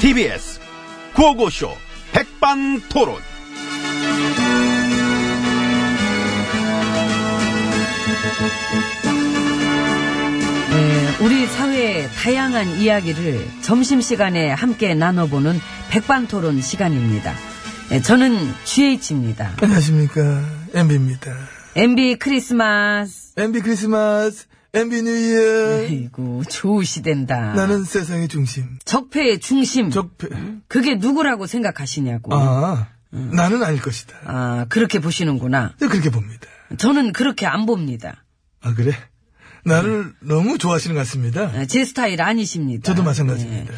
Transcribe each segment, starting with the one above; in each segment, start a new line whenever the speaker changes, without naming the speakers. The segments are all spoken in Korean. TBS 구호고쇼 백반토론.
네, 우리 사회의 다양한 이야기를 점심시간에 함께 나눠보는 백반토론 시간입니다. 네, 저는 GH입니다.
안녕하십니까. MB입니다.
MB 크리스마스.
MB 크리스마스, MB 뉴이어.
아이고, 좋으시댄다.
나는 세상의 중심.
적폐의 중심.
적폐.
그게 누구라고 생각하시냐고.
아, 나는 아닐 것이다.
아, 그렇게 보시는구나.
그렇게 봅니다.
저는 그렇게 안 봅니다.
아, 그래? 나를 너무 좋아하시는 것 같습니다.
아, 제 스타일 아니십니다. 예, 네.
저도 마찬가지입니다.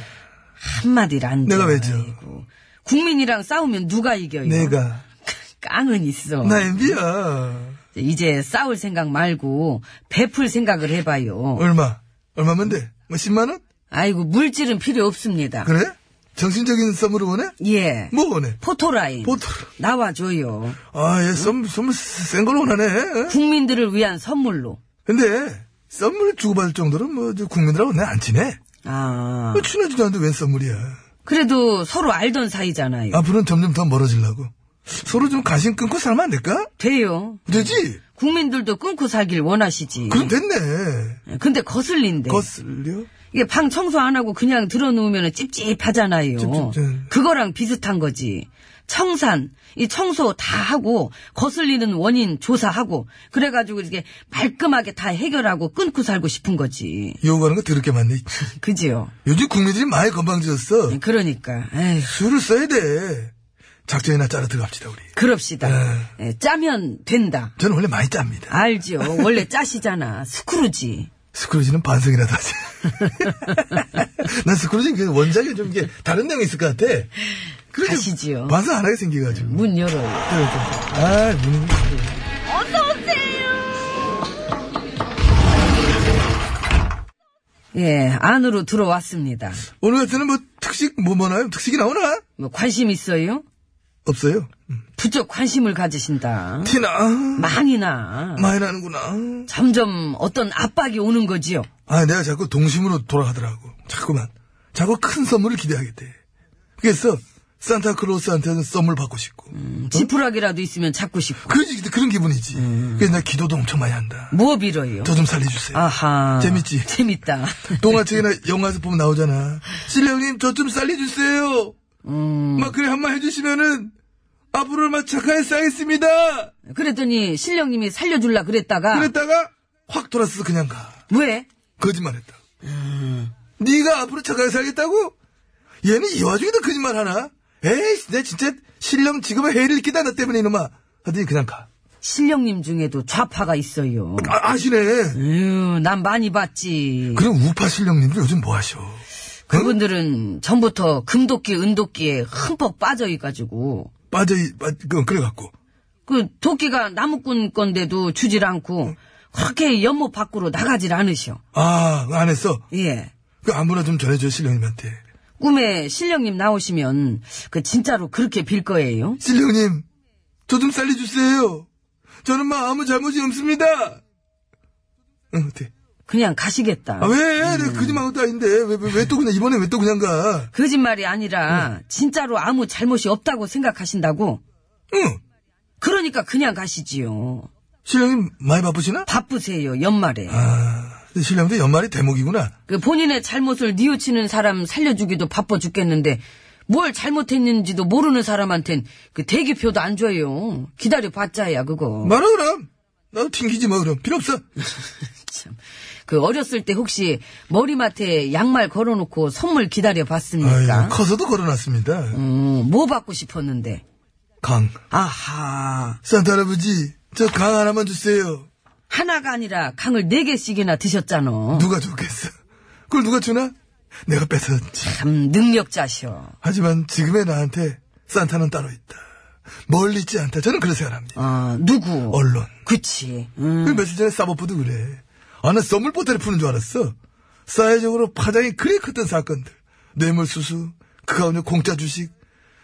한마디를 안
내가
돼요.
왜죠?
아이고. 국민이랑 싸우면 누가 이겨요?
내가.
깡은 있어.
나 MB야.
이제 싸울 생각 말고 베풀 생각을 해봐요.
얼마? 얼마면 돼? 뭐 10만원?
아이고 물질은 필요 없습니다.
그래? 정신적인 썸으로 원해?
예.
뭐 원해?
포토라인.
포토라-
나와줘요.
아, 얘 썸, 썸을 센걸 원하네.
국민들을 위한 선물로.
근데, 썸을 주고받을 정도로 뭐, 저 국민들하고 내 안 친해.
아.
뭐 친하지도 않는데 웬 썸물이야.
그래도 서로 알던 사이잖아요.
앞으로는 점점 더 멀어지려고. 서로 좀 가심 끊고 살면 안 될까?
돼요.
되지?
국민들도 끊고 살길 원하시지.
그럼 됐네.
근데 거슬린데.
거슬려?
이게 방 청소 안 하고 그냥 들어놓으면 찝찝하잖아요.
찝찝.
그거랑 비슷한 거지. 청산, 이 청소 다 하고, 거슬리는 원인 조사하고, 그래가지고 이렇게 말끔하게 다 해결하고 끊고 살고 싶은 거지.
요구하는 거 더럽게 많네.
그지요?
요즘 국민들이 많이 건방져졌어.
그러니까, 에휴,
수를 써야 돼. 작전이나 짜러 들어갑시다, 우리.
그럽시다.
에.
에, 짜면 된다.
저는 원래 많이 짭니다.
알지요. 원래 짜시잖아. 스크루지.
스크루지는 반성이라도 하지. 난 스크루지는 그 원작이 좀 이게 다른 내용이 있을 것 같아. 그래서
가시지요.
반성 안 하게 생겨가지고.
문 열어요.
아, 문.
예, 안으로 들어왔습니다.
오늘 같은 뭐 특식 뭐 뭐나요? 특식이 나오나?
뭐 관심 있어요?
없어요. 음.
부쩍 관심을 가지신다.
티나.
많이 나.
많이 나는구나.
점점 어떤 압박이 오는 거지요.
아, 내가 자꾸 동심으로 돌아가더라고. 자꾸만. 자꾸 큰 선물을 기대하게 돼. 그래서, 산타클로스한테는 선물 받고 싶고.
음. 지푸라기라도 있으면 잡고 싶고.
그러지, 그런 기분이지. 그래서 나 기도도 엄청 많이 한다.
뭐 빌어요?
저 좀 살려주세요.
아하.
재밌지?
재밌다.
동화책이나 영화에서 보면 나오잖아. 신령님, 저 좀 살려주세요. 막 그래 한마 해주시면은, 앞으로 막 착하게 싸겠습니다.
그랬더니 신령님이 살려줄라 그랬다가.
그랬다가, 확 돌아서 그냥 가.
왜?
거짓말했다.
음.
네가 앞으로 착하게 살겠다고? 얘는 이 와중에도 거짓말 하나? 에이, 내 진짜 신령 지금의 해를 끼다 너 때문에 이놈아. 하더니 그냥 가.
신령님 중에도 좌파가 있어요.
아, 시네
으난 많이 봤지.
그럼 우파 신령님들 요즘 뭐 하셔?
그분들은 전부터 금도끼, 은도끼에 흠뻑 빠져있가지고.
빠져, 이- 빠, 그, 그래갖고.
그 도끼가 나무꾼 건데도 주질 않고 그렇게 연못 밖으로 나가질 않으셔.
아, 그거 안 했어?
예.
그 아무나 좀 전해줘, 신령님한테.
꿈에 신령님 나오시면 그 진짜로 그렇게 빌 거예요.
신령님, 저 좀 살려주세요. 저는 막 아무 잘못이 없습니다. 응, 어때?
그냥 가시겠다.
아, 왜? 내가 거짓말 것도 아닌데. 왜, 왜, 왜 또 그냥, 이번에 왜 또 그냥 가?
거짓말이
네.
아니라 진짜로 아무 잘못이 없다고 생각하신다고.
응.
그러니까 그냥 가시지요.
신령님 많이 바쁘시나?
바쁘세요 연말에.
아, 근데 신령도 연말이 대목이구나.
그 본인의 잘못을 뉘우치는 사람 살려주기도 바빠 죽겠는데 뭘 잘못했는지도 모르는 사람한텐 그 대기표도 안 줘요. 기다려 봤자야 그거.
말아 그럼. 나도 튕기지 마 그럼. 필요 없어.
참. 그 어렸을 때 혹시 머리맡에 양말 걸어놓고 선물 기다려 봤습니까?
아유, 커서도 걸어놨습니다.
음, 뭐 받고 싶었는데.
강.
아하.
산타 할아버지, 저 강 하나만 주세요.
하나가 아니라 강을 네 개씩이나 드셨잖아.
누가 줬겠어. 그걸 누가 주나? 내가 뺏었지.
참 능력자셔.
하지만 지금의 나한테 산타는 따로 있다. 멀리 있지 않다. 저는 그런 생각합니다.
아, 누구?
언론.
그치. 음.
그 며칠 전에 사모포도 그래. 아, 나 썸을 보따리 푸는 줄 알았어. 사회적으로 파장이 그리 컸던 사건들. 뇌물수수, 그 가운데 공짜 주식,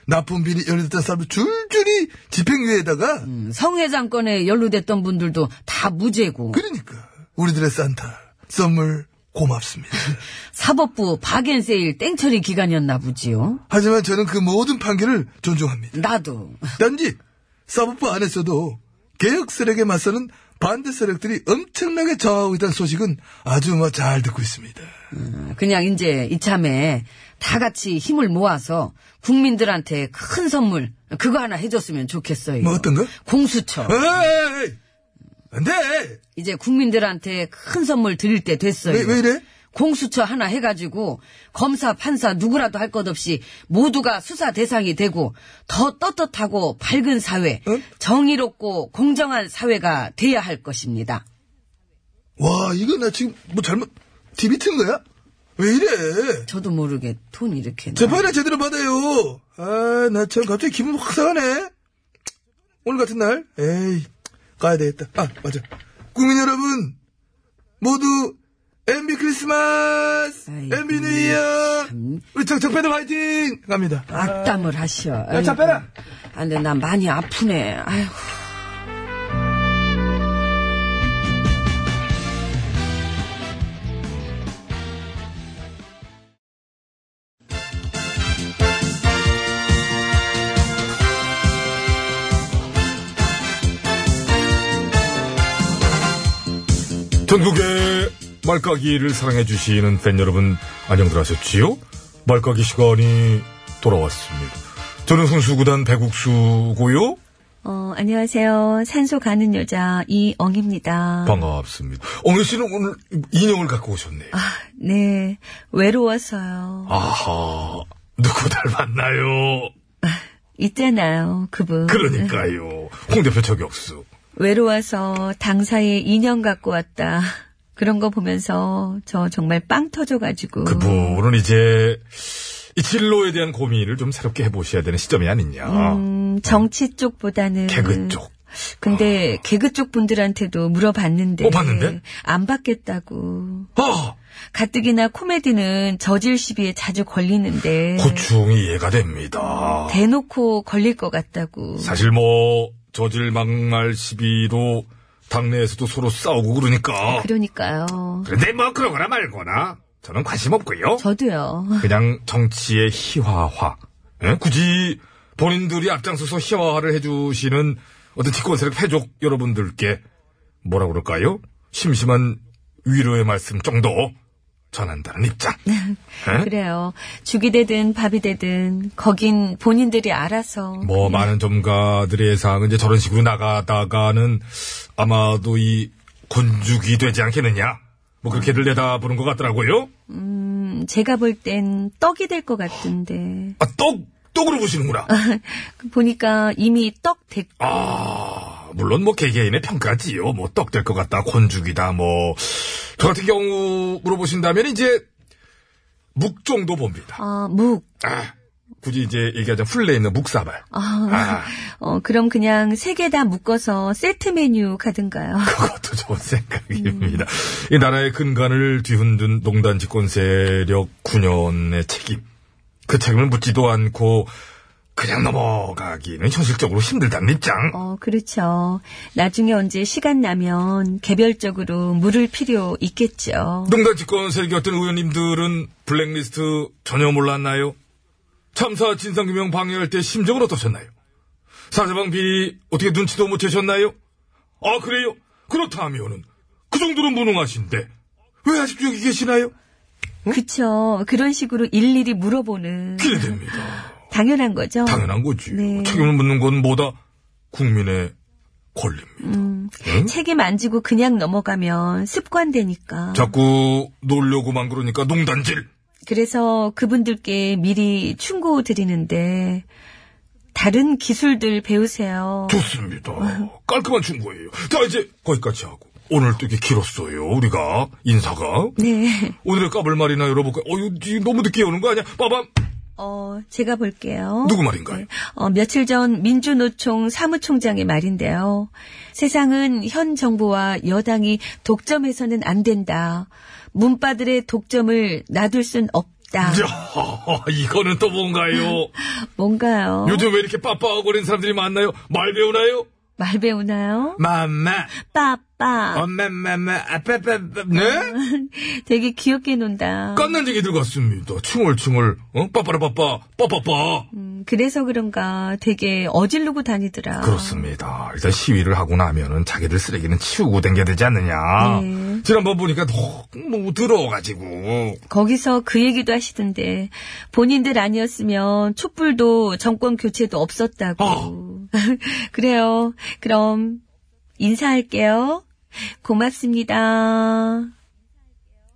납품 비리 연루됐던 사람들 줄줄이 집행유예에다가,
음. 성회장 건에 연루됐던 분들도 다 무죄고.
그러니까, 우리들의 산타, 썸을 고맙습니다.
사법부 박앤세일 땡처리 기간이었나 보지요.
하지만 저는 그 모든 판결을 존중합니다.
나도.
단지 사법부 안에서도 개혁 세력에 맞서는 반대 세력들이 엄청나게 저하고 있다는 소식은 아주 뭐 잘 듣고 있습니다.
어, 그냥 이제 이참에 다 같이 힘을 모아서 국민들한테 큰 선물 그거 하나 해줬으면 좋겠어요.
뭐 어떤 거?
음.
공수처.
에이! 안 돼!
이제 국민들한테 큰 선물 드릴 때 됐어요.
왜, 왜 이래?
공수처 하나 해가지고 검사 판사 누구라도 할 것 없이 모두가 수사 대상이 되고 더 떳떳하고 밝은 사회,
응?
정의롭고 공정한 사회가 돼야 할 것입니다.
와, 이거 나 지금 뭐 잘못, TV 튼 거야? 왜 이래?
저도 모르게 돈 이렇게. 나-
재판이나 제대로 받아요. 아, 나 참 갑자기 기분 확 상하네. 오늘 같은 날, 에이, 가야 되겠다. 아, 맞아. 국민 여러분, 모두, MB 크리스마스!
아이고,
MB 뉴 이어!
참.
우리 정, 정패도 화이팅! 갑니다.
악담을 하셔.
야, 차 빼라!
아, 근데 나 많이 아프네. 아이고.
전국의 말까기를 사랑해주시는 팬 여러분, 안녕들 하셨지요? 말까기 시간이 돌아왔습니다. 저는 훈수구단 배국수고요.
어, 안녕하세요. 산소 가는 여자 이엉입니다.
반갑습니다. 엉유 씨는 오늘 인형을 갖고 오셨네요.
아, 네. 외로워서요.
아하, 누구 닮았나요?
있잖아요, 그분.
그러니까요. 홍 대표 저격수.
외로워서 당사에 인형 갖고 왔다. 그런 거 보면서 저 정말 빵 터져가지고.
그분은 뭐- 이제 이 진로에 대한 고민을 좀 새롭게 해보셔야 되는 시점이 아니냐.
음, 정치 쪽보다는.
개그 쪽. 아.
근데 개그 쪽 분들한테도 물어봤는데.
어, 봤는데?
안 받겠다고.
아,
가뜩이나 코미디는 저질 시비에 자주 걸리는데.
고충이 이해가 됩니다.
대놓고 걸릴 것 같다고.
사실 뭐 저질 막말 시비로 당내에서도 서로 싸우고 그러니까
그러니까요.
그런데 뭐 그러거나 말거나 저는 관심 없고요
저도요.
그냥 정치의 희화화 예? 굳이 본인들이 앞장서서 희화화를 해주시는 어떤 집권세력 패족 여러분들께 뭐라 그럴까요 심심한 위로의 말씀 정도 전한다는 입장 예?
그래요. 죽이 되든 밥이 되든 거긴 본인들이 알아서.
뭐 많은 전문가들의 예상은 이제 저런 식으로 나가다가는 아마도 이 군죽이 되지 않겠느냐. 뭐 그렇게들 내다보는 것 같더라고요.
음, 제가 볼 땐 떡이 될 것 같은데
아, 떡, 떡으로 보시는구나.
보니까 이미 떡 됐.
아, 물론 뭐 개개인의 평가지요. 뭐 떡 될 것 같다, 곤죽이다, 뭐. 저 같은 경우 물어보신다면 이제 묵종도 봅니다.
아, 묵.
아, 굳이 이제 얘기하자면 훌레 있는 묵사발.
아,
아,
어, 그럼 그냥 세 개 다 묶어서 세트 메뉴 가든가요.
그것도 좋은 생각입니다. 이 나라의 근간을 뒤흔든 농단 집권 세력 9년의 책임. 그 책임을 묻지도 않고 그냥 넘어가기는 현실적으로 힘들다는 입장.
어, 그렇죠. 나중에 언제 시간 나면 개별적으로 물을 필요 있겠죠.
농단 집권 세력이었던 의원님들은 블랙리스트 전혀 몰랐나요? 참사 진상규명 방해할 때 심정은 어떠셨나요? 사자방 비리 어떻게 눈치도 못 채셨나요? 아 그래요? 그렇다면은 그 정도는 무능하신데 왜 아직도 여기 계시나요?
그쵸. 그런 식으로 일일이 물어보는.
기대됩니다.
당연한 거죠.
그 당연한 거지.
네.
책임을 묻는 건 뭐다? 국민의 권리입니다. 응?
책임 안 지고 그냥 넘어가면 습관되니까.
자꾸 놀려고만 그러니까 농단질.
그래서 그분들께 미리 충고 드리는데 다른 기술들 배우세요.
그 좋습니다. 깔끔한 충고예요. 자 이제 거기까지 하고 오늘 또 이게 길었어요. 우리가 인사가
네.
오늘의 까불 말이나 열어볼까요? 어유 너무 늦게 오는 거 아니야? 빠밤
어, 제가 볼게요.
누구 말인가요?
어, 며칠 전 민주노총 사무총장의 말인데요. 세상은 현 정부와 여당이 독점해서는 안 된다. 문바들의 독점을 놔둘 순 없다.
야 이거는 또 뭔가요?
뭔가요?
요즘 왜 이렇게 빠빠거리는 사람들이 많나요? 말 배우나요?
말 배우나요?
마마,
빠빠.
아. 엄마마마, 아빠빠빠, 네?
되게 귀엽게 논다.
깐난쟁이들 같습니다. 충얼충얼, 어? 빠빠라빠빠, 빠빠빠.
음, 그래서 그런가 되게 어질르고 다니더라.
그렇습니다. 일단 시위를 하고 나면은 자기들 쓰레기는 치우고 댕겨야 되지 않느냐.
네.
지난번 보니까 뭐, 너무 더러워가지고.
거기서 그 얘기도 하시던데 본인들 아니었으면 촛불도 정권 교체도 없었다고.
어.
그래요. 그럼 인사할게요. 고맙습니다.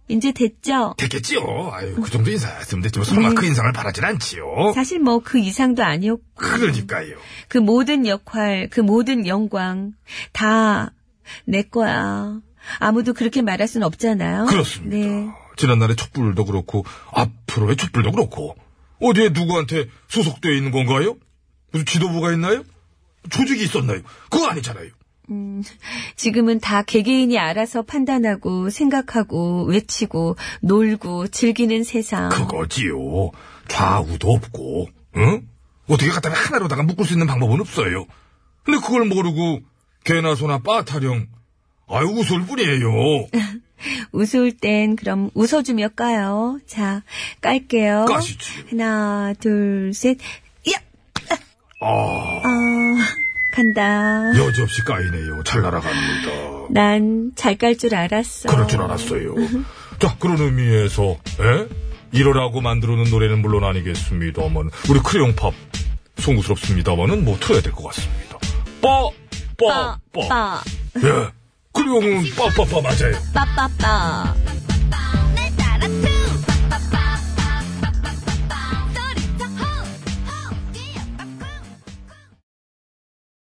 이제 됐죠?
됐겠지요? 아유, 그 정도 인사였으면 됐지만
네.
설마 그 인상을 바라진 않지요?
사실 뭐 그 이상도 아니었고
그러니까요.
그 모든 역할, 그 모든 영광 다 내 거야. 아무도 그렇게 말할 순 없잖아요.
그렇습니다.
네.
지난날의 촛불도 그렇고 앞으로의 촛불도 그렇고 어디에 누구한테 소속되어 있는 건가요? 무슨 지도부가 있나요? 조직이 있었나요? 그거 아니잖아요.
지금은 다 개개인이 알아서 판단하고 생각하고 외치고 놀고 즐기는 세상.
그거지요. 좌우도 없고, 응? 어떻게 갖다가 하나로다가 묶을 수 있는 방법은 없어요. 근데 그걸 모르고 개나 소나 빠타령 아유 웃을 뿐이에요.
어? 웃을 땐 그럼 웃어주며 까요. 자, 깔게요.
까시지.
하나, 둘, 셋. 야!
아
아, 간다.
여지없이 까이네요. 잘 날아갑니다.
난 잘 깔 줄 알았어.
그럴 줄 알았어요. 자, 그런 의미에서, 예? 이러라고 만들어 놓은 노래는 물론 아니겠습니다만, 우리 크레용팝, 송구스럽습니다만은 뭐 틀어야 될 것 같습니다. 빠, 어, 빠, 빠.
빠,
예. 크레용은 빠빠빠 맞아요.
빠, 빠, 빠.